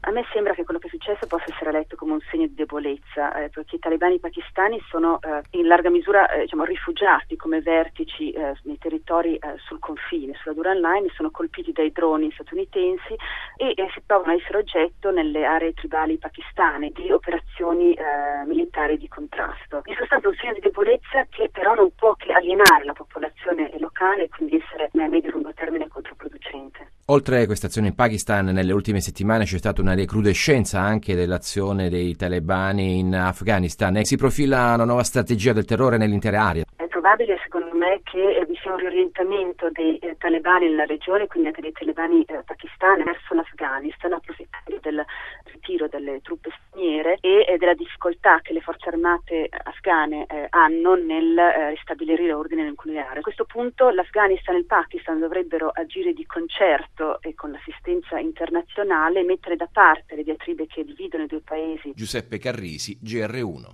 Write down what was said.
A me sembra che quello che è successo possa essere letto come un segno di debolezza, eh, perché i talebani pakistani sono eh, in larga misura eh, diciamo, rifugiati come vertici eh, nei territori eh, sul confine, sulla Duran Line, sono colpiti dai droni statunitensi e, eh, si trovano a essere oggetto nelle aree tribali pakistane di operazioni eh, militari di contrasto. In sostanza un segno di debolezza che però non può che alienare la popolazione locale e quindi essere nel medio e lungo termine controproducente. Oltre a questa azione in Pakistan, nelle ultime settimane c'è stata una recrudescenza anche dell'azione dei talebani in Afghanistan e si profila una nuova strategia del terrore nell'intera area. È probabile, secondo me, che eh, vi sia un riorientamento dei eh, talebani nella regione, quindi anche dei talebani eh, pakistani, verso l'Afghanistan, approfittando del ritiro delle truppe straniere e eh, della difficoltà che le forze armate afghane eh, hanno nel eh, ristabilire l'ordine nucleare. A questo punto l'Afghanistan e il Pakistan dovrebbero agire di concerto e con l'assistenza internazionale, mettere da parte le diatribe che dividono i due paesi Giuseppe Carrisi, GR1.